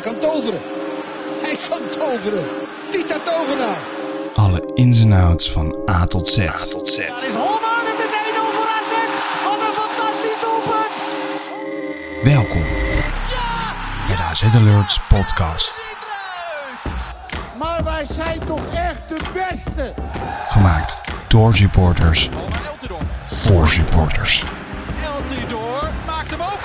kan toveren. Hij kan toveren. Tita Tovenaar. Alle ins en outs van A tot Z. Het is Holman, het is 1-0 voor AZ. Wat een fantastisch doelpunt. Welkom bij de AZ Alerts podcast. Maar wij zijn toch echt de beste. Gemaakt door supporters Oh, maar Eltidoor. voor supporters. Eltidoor maakt hem ook.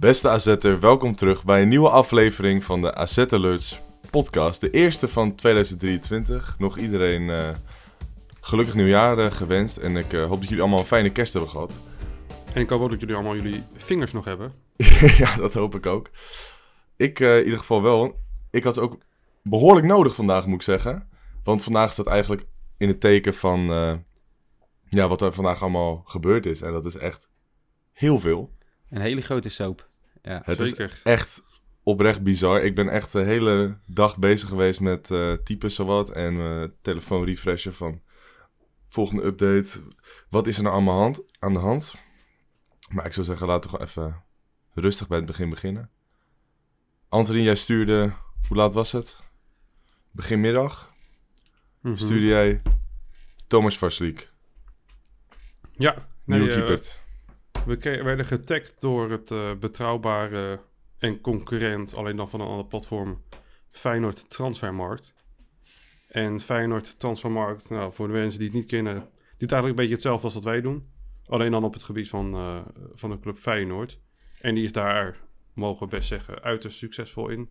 Beste AZ'er, welkom terug bij een nieuwe aflevering van de AZ Alerts podcast. De eerste van 2023. Nog iedereen eh, gelukkig nieuwjaar eh, gewenst en ik eh, hoop dat jullie allemaal een fijne kerst hebben gehad. En ik hoop ook dat jullie allemaal jullie vingers nog hebben. ja, dat hoop ik ook. Ik eh, in ieder geval wel. Ik had ze ook behoorlijk nodig vandaag, moet ik zeggen. Want vandaag staat eigenlijk in het teken van eh, ja, wat er vandaag allemaal gebeurd is. En dat is echt heel veel. Een hele grote soap. Ja. Het is Zeker. echt oprecht bizar. Ik ben echt de hele dag bezig geweest met eh typen zowat en eh, telefoon refreshen van volgende update. Wat is er nou aan, mijn hand, aan de hand? Maar ik zou zeggen, laten we gewoon even rustig bij het begin beginnen. Anthony, jij stuurde, hoe laat was het? Beginmiddag Mhm. stuurde jij Thomas Varsliek, Ja. Nee, nieuwe eh, keeper. we ke- werden getagd door het eh, betrouwbare en concurrent, alleen dan van een ander platform, Feyenoord Transfermarkt. En Feyenoord Transfermarkt, nou, voor de mensen die het niet kennen, die doet eigenlijk een beetje hetzelfde als wat wij doen. Alleen dan op het gebied van, eh, van de club Feyenoord. En die is daar, mogen we best zeggen, uiterst succesvol in.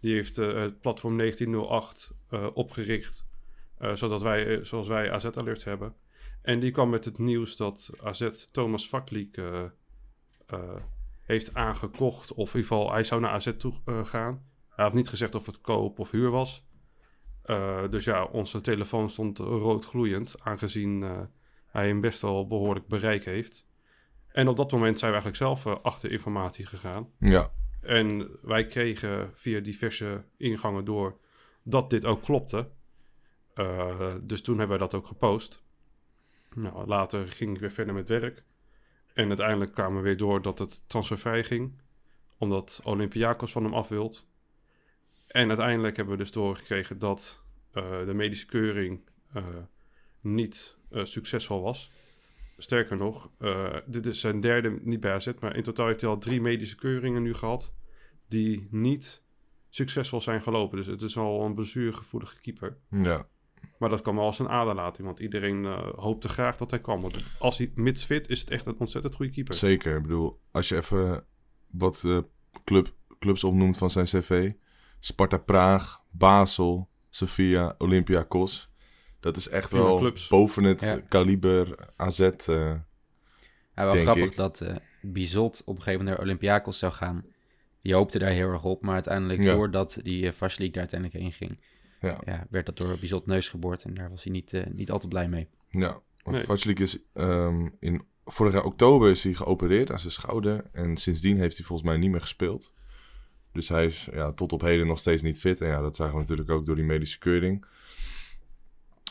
Die heeft eh, het platform 1908 eh, opgericht, eh, zodat wij, eh, zoals wij AZ Alert hebben. En die kwam met het nieuws dat AZ Thomas Vakliek eh, eh, heeft aangekocht. Of in ieder geval, hij zou naar AZ toe eh, gaan. Hij had niet gezegd of het koop of huur was. Eh, dus ja, onze telefoon stond rood gloeiend, aangezien eh, hij een best wel behoorlijk bereik heeft. En op dat moment zijn we eigenlijk zelf eh, achter informatie gegaan. Ja, En wij kregen via diverse ingangen door dat dit ook klopte. Eh, dus toen hebben wij dat ook gepost. Nou, later ging ik weer verder met werk. En uiteindelijk kwamen we weer door dat het transfervrij ging. Omdat Olympiakos van hem af wilt. En uiteindelijk hebben we dus doorgekregen dat eh, de medische keuring eh, niet eh, succesvol was. Sterker nog, eh, dit is zijn derde niet bij AZ, maar in totaal heeft hij al drie medische keuringen nu gehad die niet succesvol zijn gelopen. Dus het is al een blessuregevoelige keeper. ja. Maar dat kan wel als een aderlating, want iedereen eh, hoopte graag dat hij kwam. Want als hij mits fit is het echt een ontzettend goede keeper. Zeker. Ik bedoel, als je even wat eh, club, clubs opnoemt van zijn cv. Sparta Praag, Basel, Sofia, Olympiakos. Dat is echt Prima wel clubs. boven het Ja. kaliber AZ. eh, Ja, wel Denk grappig ik. dat eh Bizot op een gegeven moment naar Olympiakos zou gaan. Die hoopte daar heel erg op, maar uiteindelijk Ja. doordat die eh, Varslik daar uiteindelijk heen ging, Ja. werd dat door Bizot neus geboord en daar was hij niet, eh, niet al te blij mee. ja. Nee. Vatslik is ehm, in vorig jaar oktober is hij geopereerd aan zijn schouder. En sindsdien heeft hij volgens mij niet meer gespeeld. Dus hij is ja, tot op heden nog steeds niet fit. En ja, dat zagen we natuurlijk ook door die medische keuring.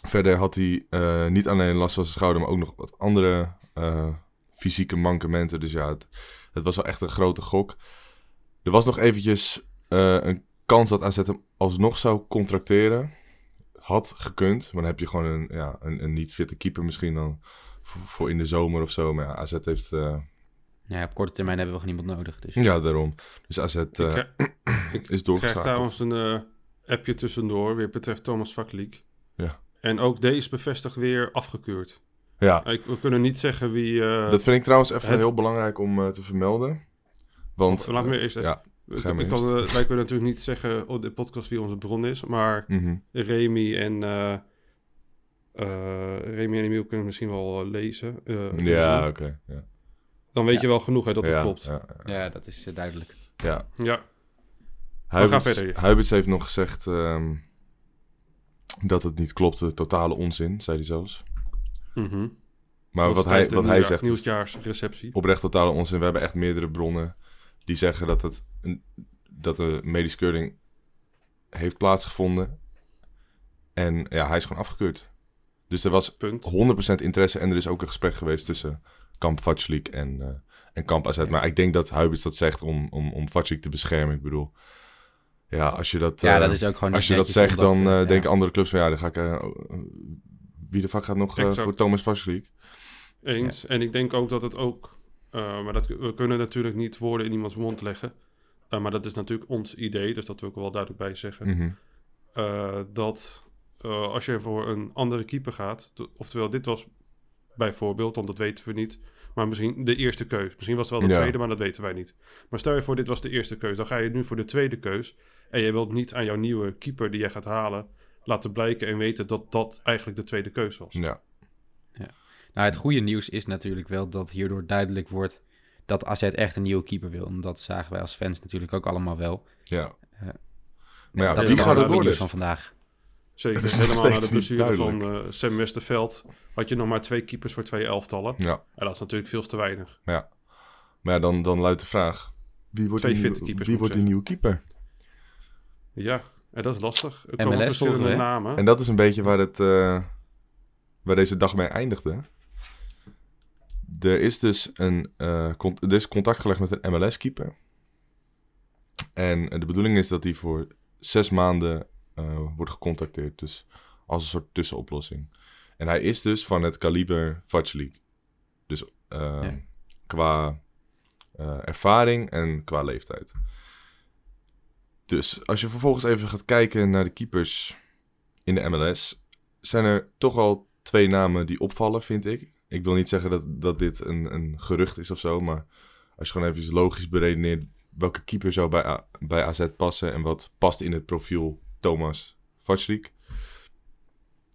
Verder had hij eh, niet alleen last van zijn schouder, maar ook nog wat andere eh, fysieke mankementen. Dus ja, het, het was wel echt een grote gok. Er was nog eventjes eh, een kans dat AZ hem alsnog zou contracteren. Had gekund, maar dan heb je gewoon een, ja, een, een niet fitte keeper misschien dan voor, voor in de zomer of zo. Maar ja, AZ heeft... eh, Nou Ja, op korte termijn hebben we gewoon iemand nodig. Dus. ja, daarom. Dus AZ eh, Ik, eh, is Ik krijg doorgeschakeld. trouwens een eh, appje tussendoor, weer betreft Thomas Vakliek. Ja. En ook deze is bevestigd weer afgekeurd. Ah, Ja, Ik, we kunnen niet zeggen wie... eh, dat vind ik trouwens even het- heel belangrijk om eh, te vermelden. Want... Laat me eerst even... ja. ik- ga maar ik kan, eerst. eh, wij kunnen natuurlijk niet zeggen op de podcast wie onze bron is, maar mhm. Remy en... eh, eh, Remy en Emiel kunnen misschien wel eh, lezen. eh, Ja, oké. zien. Ja. Dan weet je wel genoeg hè, dat het ja, klopt. Ja, Ja, dat is eh, duidelijk. ja. Ja. Huiberts, verder. Huiberts heeft nog gezegd ehm, dat het niet klopte. Totale onzin, zei hij zelfs. Mhm. Maar Dat wat is hij, tijdens de wat hij nieuwjaar- zegt is Nieuwjaarsreceptie. oprecht totale onzin. We hebben echt meerdere bronnen die zeggen dat, het, een- dat de medische keuring heeft plaatsgevonden. En ja, hij is gewoon afgekeurd. Dus er was Punt. 100% interesse en er is ook een gesprek geweest tussen Kamp Vatslik en, eh, en Kamp AZ. Maar ik denk dat Huibers dat zegt om, om, om Fatsik te beschermen. Ik bedoel, ja, als je dat, Ja, eh, dat is ook gewoon als niet je dat netjes, zegt, omdat, dan eh, eh, ja. denken andere clubs van ja, dan ga ik... eh, wie de fuck gaat nog eh, Exact. voor Thomas Fatsik? Eens. En ik denk ook dat het ook... eh, maar dat, we kunnen natuurlijk niet woorden in iemands mond leggen. Eh, maar dat is natuurlijk ons idee, dus dat wil ik er wel duidelijk bij zeggen. Mhm. eh, dat eh, als je voor een andere keeper gaat, t- oftewel dit was bijvoorbeeld, want dat weten we niet, maar misschien de eerste keus. Misschien was het wel de Ja. tweede, maar dat weten wij niet. Maar stel je voor, dit was de eerste keus. Dan ga je nu voor de tweede keus en je wilt niet aan jouw nieuwe keeper die jij gaat halen laten blijken en weten dat dat eigenlijk de tweede keus was. Ja. Nou, het goede nieuws is natuurlijk wel dat hierdoor duidelijk wordt dat AZ echt een nieuwe keeper wil. En dat zagen wij als fans natuurlijk ook allemaal wel. Ja. Ja. Maar ja, dat wie gaat is wel het het goede worden? nieuws van vandaag. Zeker, Het is nog helemaal na de steeds niet blessure van eh, Sam Westerveld had je nog maar twee keepers voor twee elftallen. Ja, En dat is natuurlijk veel te weinig. ja. Maar ja, dan, dan luidt de vraag... Wie wordt, Twee die, fitte nieuwe- keepers, wie moet wordt ik die nieuwe keeper? Ja, en dat is lastig. Er MLS komen verschillende volgen, hè? namen. En dat is een beetje waar, het, eh, waar deze dag mee eindigde. Er is dus een, eh, cont- er is contact gelegd met een MLS-keeper. En eh, de bedoeling is dat hij voor zes maanden eh, wordt gecontacteerd. Dus als een soort tussenoplossing. En hij is dus van het kaliber Fudge League. Dus eh, Ja. qua eh, ervaring en qua leeftijd. Dus als je vervolgens even gaat kijken naar de keepers in de MLS zijn er toch wel twee namen die opvallen, vind ik. Ik wil niet zeggen dat, dat dit een, een gerucht is of zo, maar als je gewoon even logisch beredeneert welke keeper zou bij, A- bij AZ passen en wat past in het profiel Thomas Vatsrik,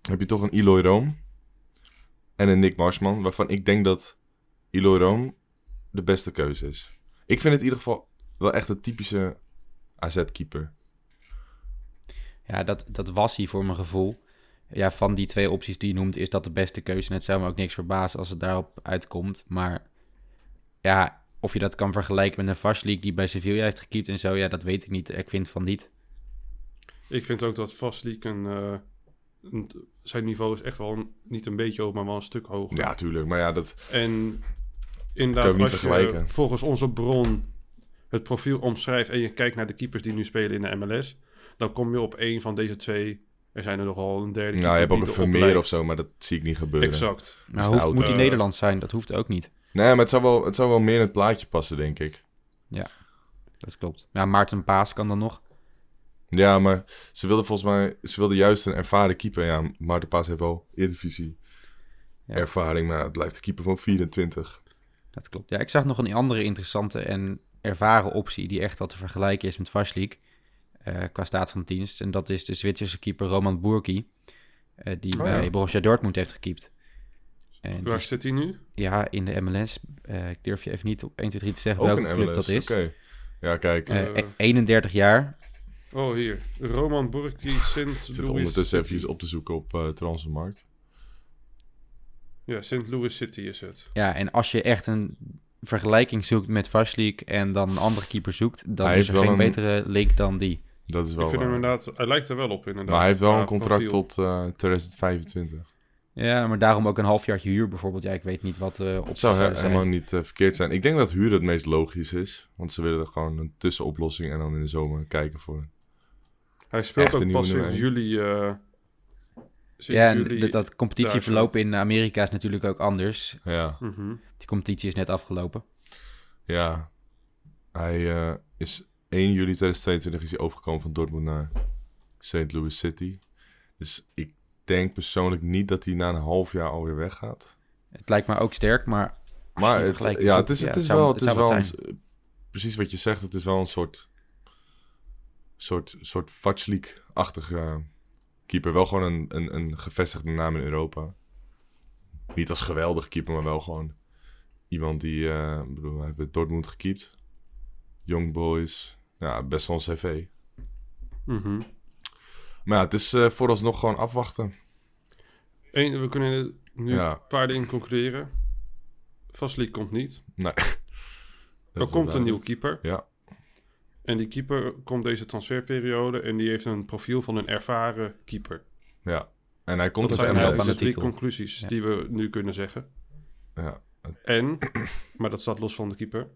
heb je toch een Eloy Room en een Nick Marsman, waarvan ik denk dat Eloy Room de beste keuze is. Ik vind het in ieder geval wel echt een typische AZ-keeper. Ja, dat, dat was hij voor mijn gevoel. Ja, van die twee opties die je noemt, is dat de beste keuze. En het zou me ook niks verbazen als het daarop uitkomt. Maar ja, of je dat kan vergelijken met een Vashlik die bij Sevilla heeft gekiept en zo, ja, dat weet ik niet. Ik vind van niet. Ik vind ook dat Vastliek een, eh, een- zijn niveau is echt wel een- niet een beetje hoog, maar wel een stuk hoger. Ja, tuurlijk. Maar ja, dat, En Kan inderdaad, je niet als je vergelijken. volgens onze bron het profiel omschrijft en je kijkt naar de keepers die nu spelen in de MLS, dan kom je op één van deze twee. Er zijn er nogal een derde. Nou, je keeper hebt ook die een erop Vermeer lijkt. of zo, maar dat zie ik niet gebeuren. Exact. Maar te hoeft, oud, moet hij eh. Nederlands zijn? Dat hoeft ook niet. Nee, maar het zou, wel, het zou wel meer in het plaatje passen, denk ik. Dat klopt. Ja, Maarten Paas kan dan nog. Ja, maar ze wilden volgens mij... Ze wilden juist een ervaren keeper. Ja, Maarten Paas heeft wel Eredivisie Ja. ervaring, maar het blijft de keeper van 24. Dat klopt. Ja, ik zag nog een andere interessante en ervaren optie die echt wel te vergelijken is met Vashlik eh, qua staat van dienst. En dat is de Zwitserse keeper Roman Burki, eh, die Oh, bij ja. Borussia Dortmund heeft gekiept. En die Waar zit hij nu? Ja, in de MLS. Eh, ik durf je even niet op 1, 2, 3 te zeggen Ook welke een club MLS, dat is. oké. Ja, kijk. Eh, Eh, e- 31 jaar. Oh, hier. Roman Burki, Sint ik Louis. zit ondertussen even op te zoeken op eh Transfermarkt. Ja, St. Louis City is het. Oh, Ja, en als je echt een vergelijking zoekt met Vashlik en dan een andere keeper zoekt, dan Hij is heeft er wel geen een- betere link dan die. Dat is Ik wel vind hem waar. inderdaad, hij lijkt er wel op inderdaad. Maar hij heeft wel qua een contract profiel. tot eh 2025. Ja, maar daarom ook een halfjaartje huur bijvoorbeeld. Ja, ik weet niet wat eh op Het zou he- zou helemaal zijn. niet eh, verkeerd zijn. Ik denk dat huur het meest logisch is. Want ze willen gewoon een tussenoplossing en dan in de zomer kijken voor... Hij speelt Echt een ook nieuwe pas nummer sinds één. juli. eh, sinds Ja, en juli- dat, dat competitieverloop in Amerika is natuurlijk ook anders. Ja. Mhm. Die competitie is net afgelopen. Ja, hij eh, is 1 juli 2022 is hij overgekomen van Dortmund naar St. Louis City. Dus ik denk persoonlijk niet dat hij na een half jaar alweer weggaat. Het lijkt me ook sterk, maar... als je Maar die het, vergelijking ja, zoekt, het is, het is zou- wel, het is zou wat wel een, zijn. eh, precies wat je zegt, het is wel een soort, soort, soort Vatslik-achtige eh, keeper. Wel gewoon een, een, een gevestigde naam in Europa. Niet als geweldige keeper, maar wel gewoon iemand die, eh, ik bedoel, hij heeft bij Dortmund gekiept. Young Boys, ja, best wel een cv. mhm. Maar ja, het is eh, vooralsnog gewoon afwachten. Eén, we kunnen nu Ja. een paar dingen concluderen. Vaslik komt niet. Nee. Er Dat komt is een wel nieuwe keeper. Ja. En die keeper komt deze transferperiode en die heeft een profiel van een ervaren keeper. duidelijk. Ja, en hij komt Dat uit zijn helpen MLS. eigenlijk aan de de drie titel. conclusies Ja. die we nu kunnen zeggen. Ja. En, maar dat staat los van de keeper,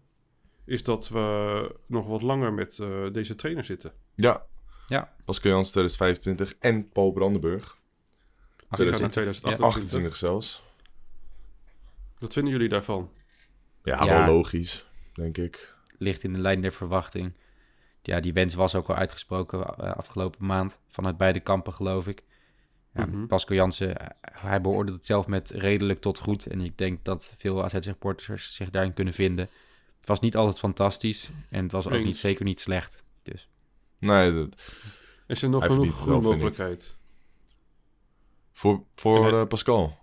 is dat we nog wat langer met eh, deze trainer zitten. Ja, Ja, Pascal Jans 2025 en Paul Brandenburg. Die gaat naar 2028. 28 2028. zelfs. Wat vinden jullie daarvan? Ja, Ja. wel logisch, denk ik. ligt in de lijn der verwachting. Ja, die wens was ook al uitgesproken eh, afgelopen maand. Vanuit beide kampen, geloof ik. Ja, Mhm. Pascal Jansen, eh, hij beoordeelt het zelf met redelijk tot goed. En ik denk dat veel AZ-supporters zich daarin kunnen vinden. Het was niet altijd fantastisch. En het was ook Eens. niet, zeker niet slecht. Dus Nee, dat- Is er nog Hij verdient genoeg het wel, vind ik. groeimogelijkheid? Voor, voor En, eh, eh, Pascal.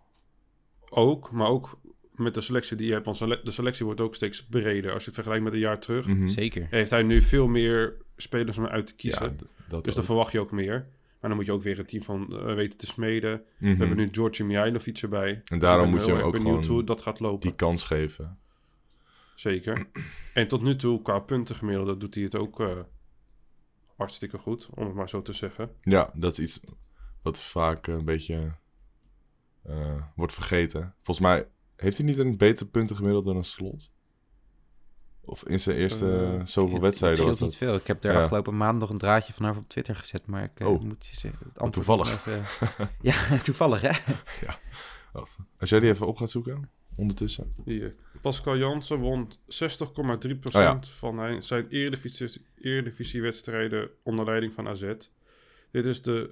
Ook, maar ook met de selectie die je hebt. Want sele- de selectie wordt ook steeds breder. Als je het vergelijkt met een jaar terug, Mhm. zeker. heeft hij nu veel meer spelers om uit te kiezen. Ja, d- dat dus dan ook. verwacht je ook meer. Maar dan moet je ook weer een team van eh, weten te smeden. Mhm. We hebben nu Georgi Mihailovic erbij. Dus ik daarom ben moet je heel hem erg ook benieuwd gewoon hoe dat gaat lopen. die kans geven. Zeker. En tot nu toe, qua punten gemiddeld, doet hij het ook eh, hartstikke goed, om het maar zo te zeggen. Ja, dat is iets wat vaak een beetje eh, wordt vergeten. Volgens mij heeft hij niet een beter punten gemiddeld dan een slot? Of in zijn eerste Eh, zoveel Het- het wedstrijden scheelt was niet dat? veel. Ik heb er Ja. afgelopen maand nog een draadje van haar op Twitter gezet. Maar ik eh, Oh. moet je zeggen... het antwoord toevallig. nog even- ja, toevallig hè? Nou, Wacht, Als jij die even op gaat zoeken, ondertussen. Hier. eh, Pascal Jansen Oh won 60,3% Oh ja. van hij- zijn eredivisie- eredivisiewedstrijden onder leiding van AZ. Dit is de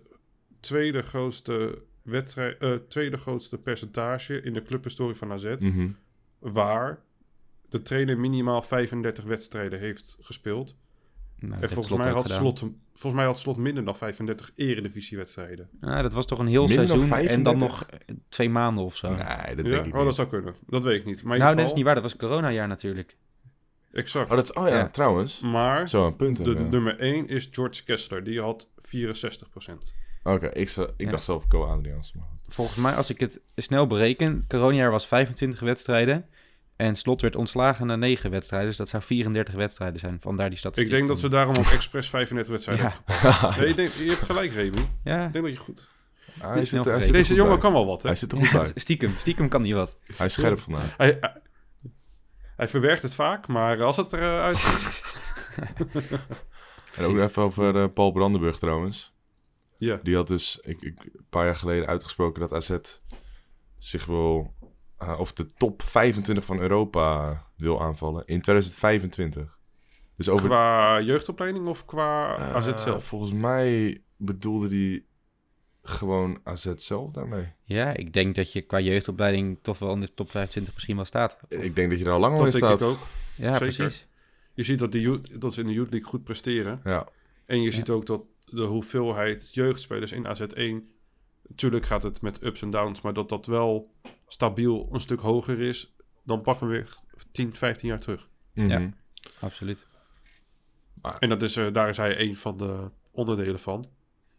tweede grootste, wedstrijd, eh, tweede grootste percentage in de clubhistorie van AZ. Mm. Mhm. Waar de trainer minimaal 35 wedstrijden heeft gespeeld. Nou, dat En heeft volgens Slot mij, ook had gedaan. slot, volgens mij had Slot minder dan 35 eredivisiewedstrijden. Nou, dat was toch een heel Minder dan seizoen en dan 35? nog eh, twee maanden of zo. Nee, dat Ja? denk ik Oh, niet. dat zou kunnen. Dat weet ik niet. Maar in nou, ieder dat geval, is niet waar. Dat was corona-jaar natuurlijk. Exact. Oh, dat is, oh ja, Ja. trouwens. Maar Zo, aan punten. Mm. de ja. nummer 1 is George Kessler. Die had 64 Oké, ik, zou- ik Ja. dacht zelf Co Adriaans. Maar... Volgens mij, als ik het snel bereken, corona-jaar was 25 wedstrijden. En Slot werd ontslagen na 9 wedstrijden. Dus dat zou 34 wedstrijden zijn. Vandaar die statistiek. Ik denk dat ze daarom ook expres 35 wedstrijden Ja, hebben. Nee, ik denk- je hebt gelijk, Remy. Ik ja. denk dat je goed... Ah, hij, Niet snel zit, er- hij zit vergeten. er Deze goed jongen bij. kan wel wat, hè? Hij zit er goed bij. Stiekem, stiekem kan hij wat. Hij is scherp vandaag. Hij, hij, hij verwerkt het vaak, maar als het eruit is... En ook even over eh, Paul Brandenburg trouwens. Ja, Die had dus ik, ik, een paar jaar geleden uitgesproken dat AZ zich wil... eh, of de top 25 van Europa wil aanvallen in 2025. Dus over... qua jeugdopleiding of qua eh, AZ zelf? Volgens mij bedoelde die gewoon AZ zelf daarmee. Ja, ik denk dat je qua jeugdopleiding toch wel in de top 25 misschien wel staat. Ik denk dat je er al lang al in Dat denk staat. ik ook. Ja, Zeker. precies. Je ziet dat, die, youth- dat ze in de Youth League goed presteren. Ja, En je ziet ook dat de hoeveelheid jeugdspelers in AZ1... Natuurlijk gaat het met ups en downs, maar dat dat wel stabiel een stuk hoger is... dan pakken we weer 10, 15 jaar terug. Mhm. Ja. Absoluut. En dat is, eh, daar is hij een van de onderdelen van.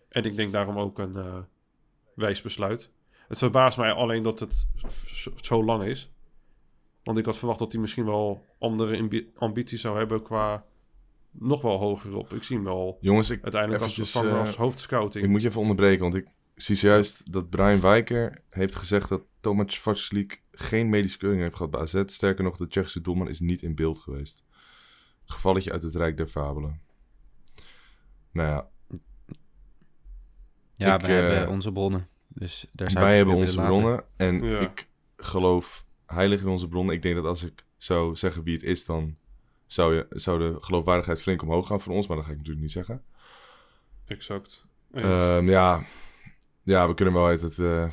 En ik denk daarom ook een eh, wijs besluit. Het verbaast mij alleen dat het zo- zo lang is. Want ik had verwacht dat hij misschien wel andere ambi- ambities zou hebben qua nog wel hoger op. Ik zie hem wel Jongens, ik, uiteindelijk als Eventjes, vervanger eh, als hoofdscouting. ik moet je even onderbreken, want ik zie zojuist dat Brian Wijker heeft gezegd dat Tomac Vatslik geen medische keuring heeft gehad bij AZ. Sterker nog, de Tsjechische doelman is niet in beeld geweest. Gevalletje uit het Rijk der Fabelen. Nou ja, Ja, Ik, wij hebben eh, onze bronnen. Dus daar zou wij ik hebben willen onze laten. bronnen en Ja. ik geloof heilig in onze bronnen. Ik denk dat als ik zou zeggen wie het is, dan zou, je, zou de geloofwaardigheid flink omhoog gaan voor ons. Maar dat ga ik natuurlijk niet zeggen. Exact. Ehm, ja. ja, we kunnen wel uit het... eh,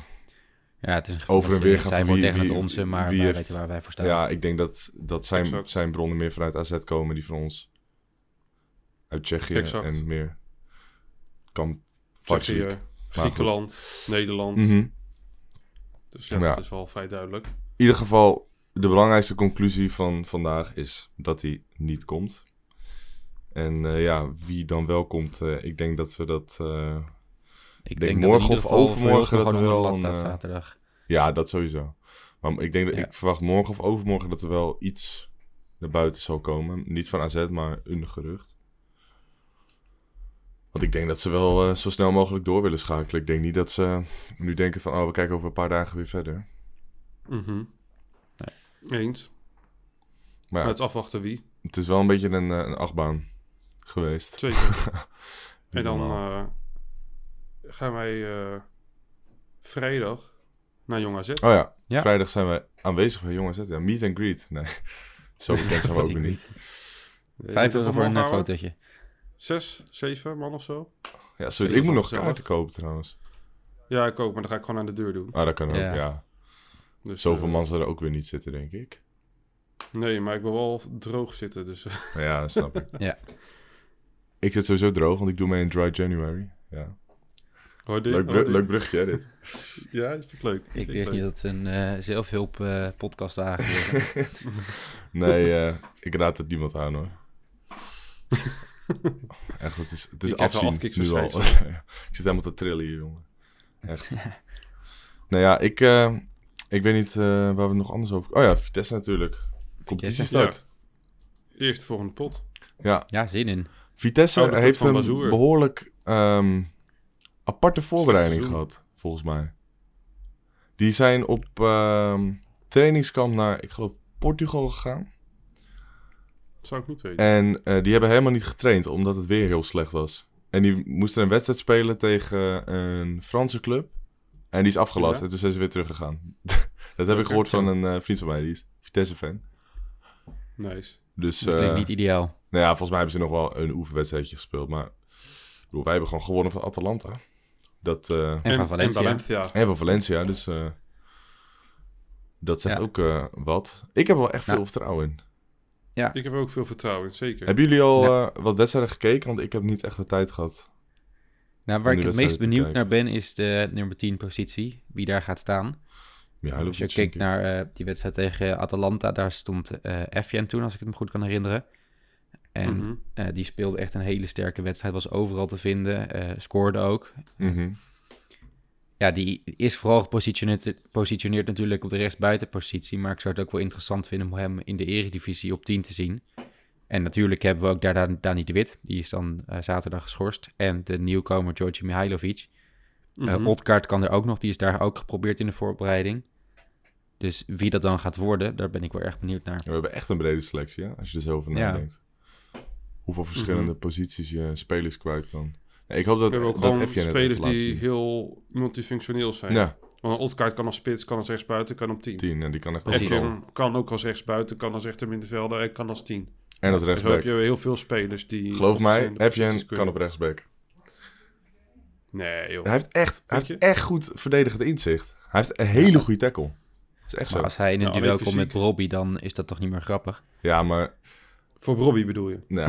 Ja, het is een Over en gevoel- weer gaan Zij van wie- wordt tegen het wie- onze, maar wie wij heeft- weten waar wij voor staan. Ja, ik denk dat, dat zijn, Exact. zijn bronnen meer vanuit AZ komen, die van ons. Uit Tsjechië Exact. en meer. Kan Tsjechië, Vatslik. Griekenland, Nederland. Mhm. Dus ja, Ja. dat is wel vrij duidelijk. In ieder geval, de belangrijkste conclusie van vandaag is dat hij niet komt. En eh, ja, wie dan wel komt, eh, ik denk dat we dat... eh, denk ik dat in morgen ieder of geval voor overmorgen Hilversum dat er gewoon onder wel de lat een, staat eh, zaterdag. ja, dat sowieso. Maar ik denk dat Ja. ik verwacht morgen of overmorgen dat er wel iets naar buiten zal komen. Niet van AZ, maar een gerucht. Want ik denk dat ze wel eh, zo snel mogelijk door willen schakelen. Ik denk niet dat ze nu denken van, oh, we kijken over een paar dagen weer verder. Mhm. Eens. Maar Maar ja, het is afwachten wie. het is wel een beetje een, eh, een achtbaan geweest. Zeker. en dan Normaal. eh, gaan wij eh, vrijdag naar Jong AZ. Oh ja, Ja. vrijdag zijn we aanwezig bij Jong AZ. Ja, meet and greet. Nee, zo bekend zijn we ook weer niet. Weet je Vijf hoeveel euro voor een man eh, gaan we? fotootje. Zes, zeven man of zo. Ja, zoiets. Ik moet nog Zelf. kaarten kopen trouwens. Ja, ik ook, maar dan ga ik gewoon aan de deur doen. Ah, dat kan ook, Ja. ja. Dus, Zoveel eh, man zullen er ook weer niet zitten, denk ik. Nee, maar ik wil wel droog zitten, dus eh, Maar ja, dat snap ik. Ja. Ik zit sowieso droog, want ik doe mee in Dry January. Ja. hoor dit, Leuk, hoor bru- dit. leuk brugje, hè, dit. Ja, dat vind ik leuk. Ik Vind leuk. wist niet dat we een eh, zelfhulp eh, podcast waren. geworden. Nee, eh, ik raad het niemand aan, hoor. Echt, het is, het is Ik krijg afzien wel nu al. afkiksverschijnsel. ik zit helemaal te trillen hier, jongen. Echt. nou ja, ik, eh, ik weet niet eh, waar we het nog anders over... Oh ja, Vitesse natuurlijk. Competitie start. Eerst de volgende pot. Ja, ja, zin in. Vitesse Oude club heeft van een Bazoer. behoorlijk ehm, aparte voorbereiding seizoen. gehad, volgens mij. Die zijn op ehm, trainingskamp naar, ik geloof, Portugal gegaan. Dat zou ik niet weten. En eh, die hebben helemaal niet getraind, omdat het weer heel slecht was. En die moesten een wedstrijd spelen tegen eh, een Franse club. En die is afgelast Ja. en toen zijn ze weer teruggegaan. dat heb ik Oké, gehoord van zo. een eh, vriend van mij, die is Vitesse-fan. Nice. Dus, Dat eh, klinkt niet ideaal. Nou ja, volgens mij hebben ze nog wel een oefenwedstrijdje gespeeld. Maar ik bedoel, wij hebben gewoon gewonnen van Atalanta. Dat, eh, En, van Valencia. En Valencia. en van Valencia, dus eh, dat zegt Ja. ook eh, wat. Ik heb er wel echt Nou. veel vertrouwen in. Ik heb er ook veel vertrouwen in, zeker. Hebben jullie al Ja. eh, wat wedstrijden gekeken? Want ik heb niet echt de tijd gehad. Nou, om waar ik die het wedstrijd meest te benieuwd naar kijken. ben, is de nummer 10 positie. Wie daar gaat staan. Mihailovic, Als je denk kijkt ik. naar eh, die wedstrijd tegen Atalanta, daar stond eh Effien toen, als ik het me goed kan herinneren. En Mhm. eh, die speelde echt een hele sterke wedstrijd, was overal te vinden, eh, scoorde ook. Mhm. Ja, die is vooral gepositioneerd positioneerd natuurlijk op de rechtsbuitenpositie, maar ik zou het ook wel interessant vinden om hem in de eredivisie op 10 te zien. En natuurlijk hebben we ook daar Dan- Dani de Wit, die is dan eh, zaterdag geschorst, en de nieuwkomer Georgi Mihailovic. Eh, Mhm. Odgaard kan er ook nog, die is daar ook geprobeerd in de voorbereiding. Dus wie dat dan gaat worden, daar ben ik wel erg benieuwd naar. Ja, We hebben echt een brede selectie, hè? als je er zo over Ja. nadenkt. Hoeveel Mhm. verschillende posities je spelers kwijt kan. Nou, ik hoop dat We hebben ook dat gewoon Effien het spelers even laat die zien. heel multifunctioneel zijn. Ja, Want een Otkaart kan als spits, kan als rechtsbuiten, kan op 10. tien. En die kan echt Precies. overal. Effjen kan ook als rechtsbuiten, kan als rechtermiddenvelder en kan als 10. En als Dus zo heb rechtsback. je heel veel spelers die... Geloof op mij, verschillende Evjen posities kan kunnen. op rechtsback. Nee, joh. Hij heeft echt, hij Weet heeft je? echt goed verdedigend inzicht. Hij heeft een hele goede tackle. Dat is echt zo. Maar als hij in een Nou, duel alleen komt met fysiek. Robbie, dan is dat toch niet meer grappig? Ja, maar... Voor Robbie bedoel je? Nou.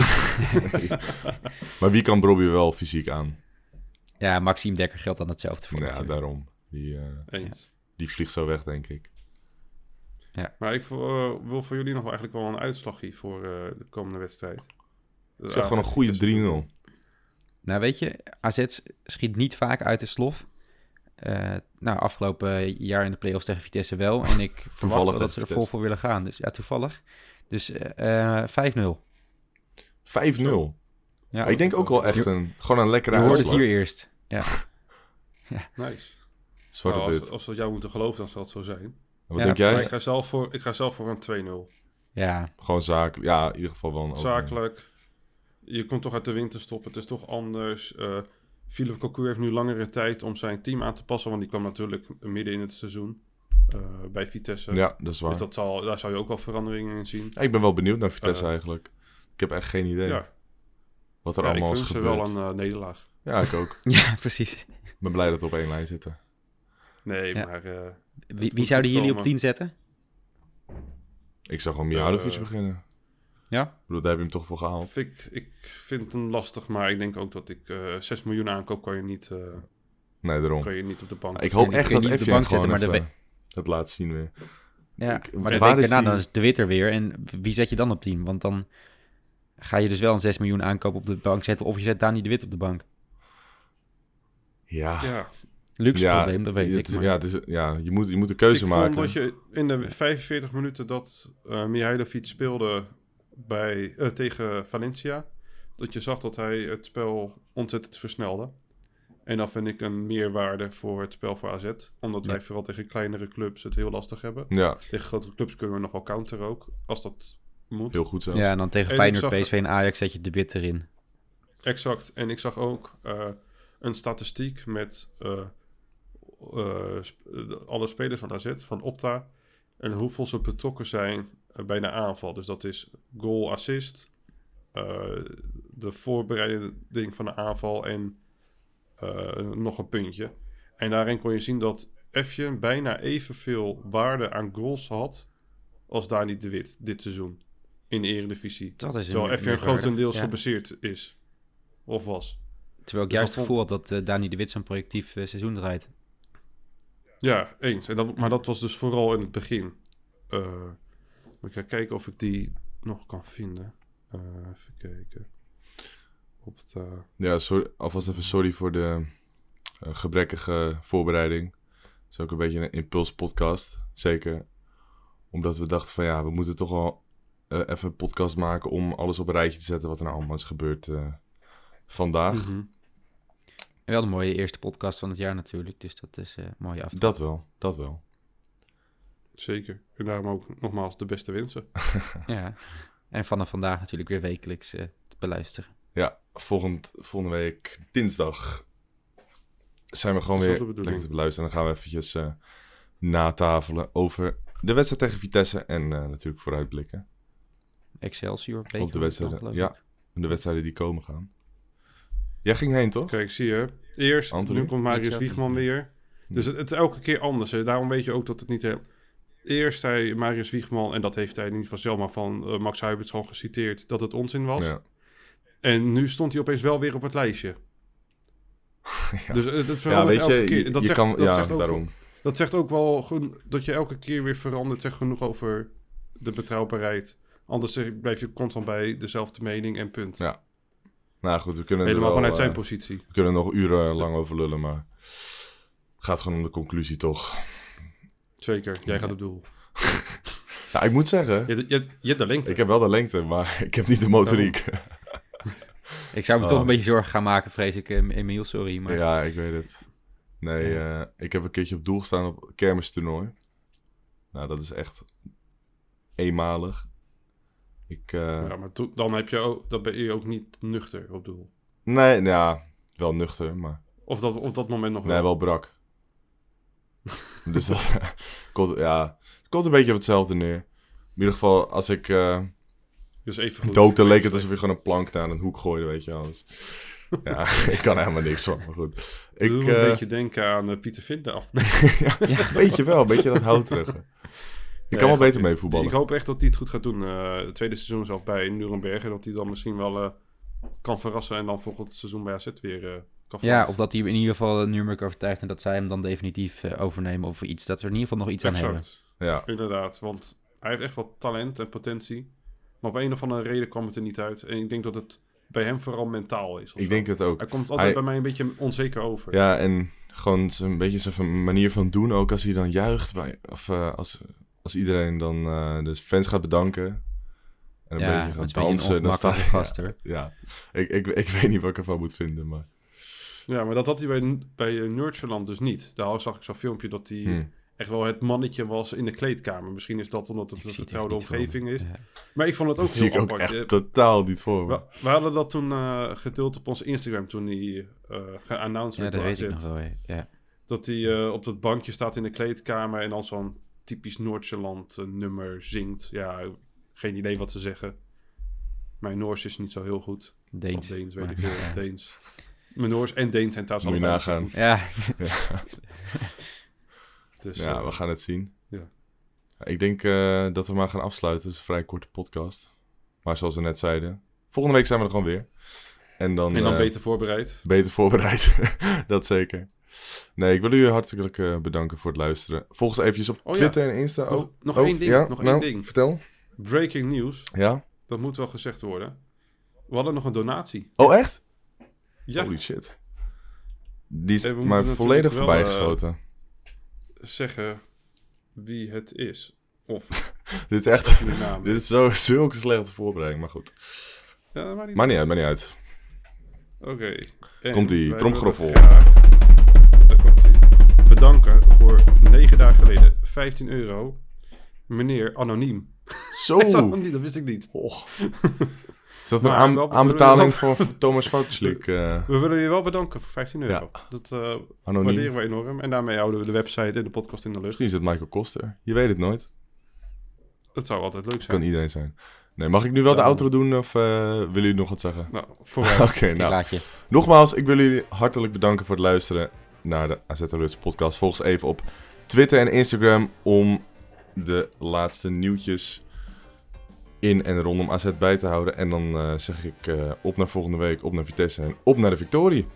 maar wie kan Robbie wel fysiek aan? Ja, Maxime Dekker geldt dan hetzelfde voor. Ja, natuurlijk. daarom. Die, eh, Eens. die vliegt zo weg, denk ik. Maar ik eh, wil voor jullie nog wel eigenlijk wel een uitslagje voor eh, de komende wedstrijd. Ik zeg gewoon een goede 3-0. Nou, weet je, AZ schiet niet vaak uit de slof. Eh, nou, afgelopen jaar in de play-offs tegen Vitesse wel. En ik verwacht wel tegen dat ze er vol Vitesse. voor willen gaan. Dus ja, toevallig. Dus eh, eh, 5-0. 5-0. Ja, ik denk ook wel echt een... Gewoon een je lekkere hoort het uitslag. hier eerst. Ja, Nice. Zwart op Nou, wit. als, als we jou moeten geloven, dan zal het zo zijn. Wat Ja, denk dat Maar jij? ik ga zelf voor, ik ga zelf voor een 2-0. ja Gewoon zakelijk. Ja, in ieder geval wel een overwinning. Zakelijk. Je komt toch uit de winter stoppen. Het is toch anders. Eh Philip Cocu heeft nu langere tijd om zijn team aan te passen. Want die kwam natuurlijk midden in het seizoen eh, bij Vitesse. Ja, dat is waar. Dus dat zal, daar zal je ook wel veranderingen in zien. Ja, Ik ben wel benieuwd naar Vitesse Eh. eigenlijk. Ik heb echt geen idee Ja, wat er ja ik allemaal is wens ze gebeurd. wel een eh, nederlaag. Ja, ik ook. Ja, precies. Ik ben blij dat we op één lijn zitten. Nee, Ja. maar... eh, Wie, wie moet zouden goed jullie op komen. 10 zetten? Ik zou gewoon Mihailovic Eh, beginnen. Ja? Ik bedoel, daar heb je hem toch voor gehaald. vind ik, ik vind hem lastig, maar ik denk ook dat ik eh 6 miljoen aankoop kan je niet, eh, Nee, daarom. Ah, kan je niet op de bank. Ik hoop die echt kun je dat niet op Effie de bank gewoon zetten, maar even eh, dat laat zien weer. Ja, Ik- maar de waar week is daarna die- dan is de witter weer. En wie zet je dan op 10? Want dan ga je dus wel een 6 miljoen aankoop op de bank zetten... of je zet Dani de Wit op de bank. Ja. Ja, Luxe Ja, probleem, dat weet het ik. is- maar- ja, het is, ja, je moet, je moet een keuze ik maken. vond dat je in de 45 minuten dat eh Mihailovic speelde bij, eh, tegen Valencia, dat je zag dat hij het spel ontzettend versnelde. En dat vind ik een meerwaarde voor het spel voor AZ. Omdat wij Ja. vooral tegen kleinere clubs het heel lastig hebben. Ja, Tegen grotere clubs kunnen we nog wel counteren ook, als dat moet. heel goed zelfs. Ja, en dan tegen En ik Feyenoord, zag- PSV en Ajax zet je de wit erin. Exact. En ik zag ook eh, een statistiek met eh, eh, sp- eh, alle spelers van AZ, van Opta. En hoeveel ze betrokken zijn eh, bij de aanval. Dus dat is goal, assist, eh, de voorbereiding van de aanval en eh, nog een puntje. En daarin kon je zien dat Efje bijna evenveel waarde aan goals had als Dani de Wit dit seizoen in de Eredivisie. Dat is Terwijl een Efje grotendeels ja. gebaseerd is. Of was. Terwijl ik Dus juist het dat gevoel had dat eh, Dani de Wit zo'n projectief eh, seizoen draait. Ja, eens. En dat, maar dat was dus vooral in het begin. Eh, moet ik gaan kijken of ik die nog kan vinden. Eh, even kijken. Op het, eh, Ja, sorry, alvast even sorry voor de eh, gebrekkige voorbereiding. Het is ook een beetje een impulspodcast, zeker. Omdat we dachten van ja, we moeten toch wel eh, even een podcast maken om alles op een rijtje te zetten wat er nou allemaal is gebeurd eh, vandaag. mhm. En wel de mooie eerste podcast van het jaar natuurlijk, dus dat is eh mooi af. Dat wel, dat wel. Zeker. En daarom ook nogmaals de beste wensen. Ja. En vanaf vandaag natuurlijk weer wekelijks eh, te beluisteren. Ja, volgend, volgende week dinsdag zijn we gewoon Dat is weer wel de bedoeling. lekker te beluisteren. En dan gaan we eventjes eh, natafelen over de wedstrijd tegen Vitesse en eh, natuurlijk vooruitblikken. Excelsior, Op de Beek, wedstrijden, geloof ja. ik. En de wedstrijden die komen gaan. Jij ging heen, toch? Kijk, zie je. Eerst, Anthony? nu komt Marius Exact. Wiegman weer. Dus het, het is elke keer anders. Hè. Daarom weet je ook dat het niet... Hè. Eerst zei Marius Wiegman, en dat heeft hij niet van Selma van eh, Max Huiberts gewoon geciteerd, dat het onzin was. Ja. En nu stond hij opeens wel weer op het lijstje. Ja. Dus het, het Ja, verandert weet je, elke je, keer. Dat, je zegt, kan, dat, ja, zegt ook, daarom. dat zegt ook wel gen- dat je elke keer weer verandert. Zegt genoeg over de betrouwbaarheid. Anders eh, blijf je constant bij dezelfde mening en punt. Ja, Nou goed, we kunnen er Helemaal wel, vanuit eh, zijn positie. we kunnen er nog urenlang over lullen, maar gaat gewoon om de conclusie toch. Zeker, jij gaat op doel. Nou, ik moet zeggen, Je, je, je hebt de lengte. ik heb wel de lengte, maar ik heb niet de motoriek. Ik zou me Oh. toch een beetje zorgen gaan maken, vrees ik, eh, Emiel, sorry. Maar Ja, ik weet het. Nee, eh, ik heb een keertje op doel gestaan op een kermistoernooi. Nou, dat is echt eenmalig. Ik, eh, Ja, maar to- dan, heb je ook, dan ben je ook niet nuchter op doel. Nee, nou, ja, wel nuchter, maar Of dat, op dat moment nog wel. nee, wel brak. dus dat komt, ja, het komt een beetje op hetzelfde neer. In ieder geval, als ik eh Dus even goed. dook, dan leek het alsof ik gewoon een plank naar een hoek gooide, weet je wel. Dus, ja, ik kan er helemaal niks van, maar goed. Ik Ik, doe eh, een beetje denken aan eh, Pieter Vindal. Weet je wel, een beetje dat houterige. Ik kan wel beter mee voetballen. Ik hoop echt dat hij het goed gaat doen. eh, het tweede seizoen zelf bij Nuremberg. En dat hij dan misschien wel eh, kan verrassen. En dan volgend seizoen bij AZ weer eh, kan Ja, of dat hij in ieder geval eh, Nuremberg overtuigt en dat zij hem dan definitief eh, overnemen of iets. Dat we er in ieder geval nog iets aan hebben. Exact. Ja, Inderdaad. Want hij heeft echt wel talent en potentie. Maar op een of andere reden kwam het er niet uit. En ik denk dat het bij hem vooral mentaal is. of ik zo. denk het ook. Hij komt altijd Hij- bij mij een beetje onzeker over. Ja, en gewoon een beetje zijn manier van doen ook als hij dan juicht. Bij, of eh, als, als iedereen dan eh, de fans gaat bedanken. En een Ja, beetje gaat het is een beetje een dansen. Dan staat ongemakkelijke gast, hoor. Ja, ik, ik, ik weet niet wat ik ervan moet vinden, maar... Ja, maar dat had hij bij, bij eh, Nurtureland dus niet. Daar zag ik zo'n filmpje dat hij Hmm. echt wel het mannetje was in de kleedkamer. Misschien is dat omdat het Ik een zie het echt vertrouwde niet voor me. omgeving is. Ja. Maar ik vond het ook Dat zie heel ik ook apart. echt Eh, totaal niet voor me. We, we hadden dat toen eh, gedeeld op ons Instagram toen hij eh geannounced Ja, werd dat door weet ik AZ. nog wel. ja. Ja. Dat hij eh, op dat bankje staat in de kleedkamer en dan zo'n typisch Noordseland eh, nummer zingt. Ja, geen idee wat ze zeggen. Mijn Noors is niet zo heel goed. Of Deens. Deens, weet maar- ik veel. Deens. Mijn Noors en Deens zijn trouwens Moet je allebei niet nagaan. goed. Ja, Dus, ja, eh, we gaan het zien. ja. Ik denk eh, dat we maar gaan afsluiten. Het is een vrij korte podcast. Maar zoals we net zeiden, volgende week zijn we er gewoon weer. En dan, en dan eh, beter voorbereid. beter voorbereid. dat zeker. Nee, ik wil u hartelijk eh, bedanken voor het luisteren. Volg ons eventjes op Oh ja. Twitter en Insta. Nog- Oh, nog oh, één ding, ja, nog nou, één ding. Vertel. Breaking news, Ja? dat moet wel gezegd worden. We hadden nog een donatie. Oh, echt? Ja, Holy shit. Die is Eh, we moeten maar natuurlijk volledig wel, eh, voorbijgeschoten. zeggen wie het is. Of dit is echt... de naam. dit is zo, zulke slechte voorbereiding, maar goed. Ja, maar die- Maakt niet uit, maakt niet uit. Oké. En Komt-ie, wij tromgeroffel. willen graag- Daar komt ie. Bedanken voor negen dagen geleden 15 euro. Meneer Anoniem. Zo! niet, dat wist ik niet. Is dat een Maar aan- wel- aanbetaling voor Thomas Vautschlik? eh, We willen je wel bedanken voor 15 euro. Dat eh, anoniem. waarderen Misschien we enorm. En daarmee houden we de website en de podcast in de lucht. is het Michael Koster. Je weet het nooit. Dat zou altijd leuk zijn. Kan iedereen zijn. Nee, mag ik nu wel de Ja. outro doen of eh, willen jullie nog wat zeggen? Nou, Oké, vooruit. Ik nou. laat je. Nogmaals, ik wil jullie hartelijk bedanken voor het luisteren naar de AZ Alerts podcast. Volg ons even op Twitter en Instagram om de laatste nieuwtjes in en rondom AZ bij te houden. En dan eh, zeg ik eh, op naar volgende week, op naar Vitesse en op naar de victorie.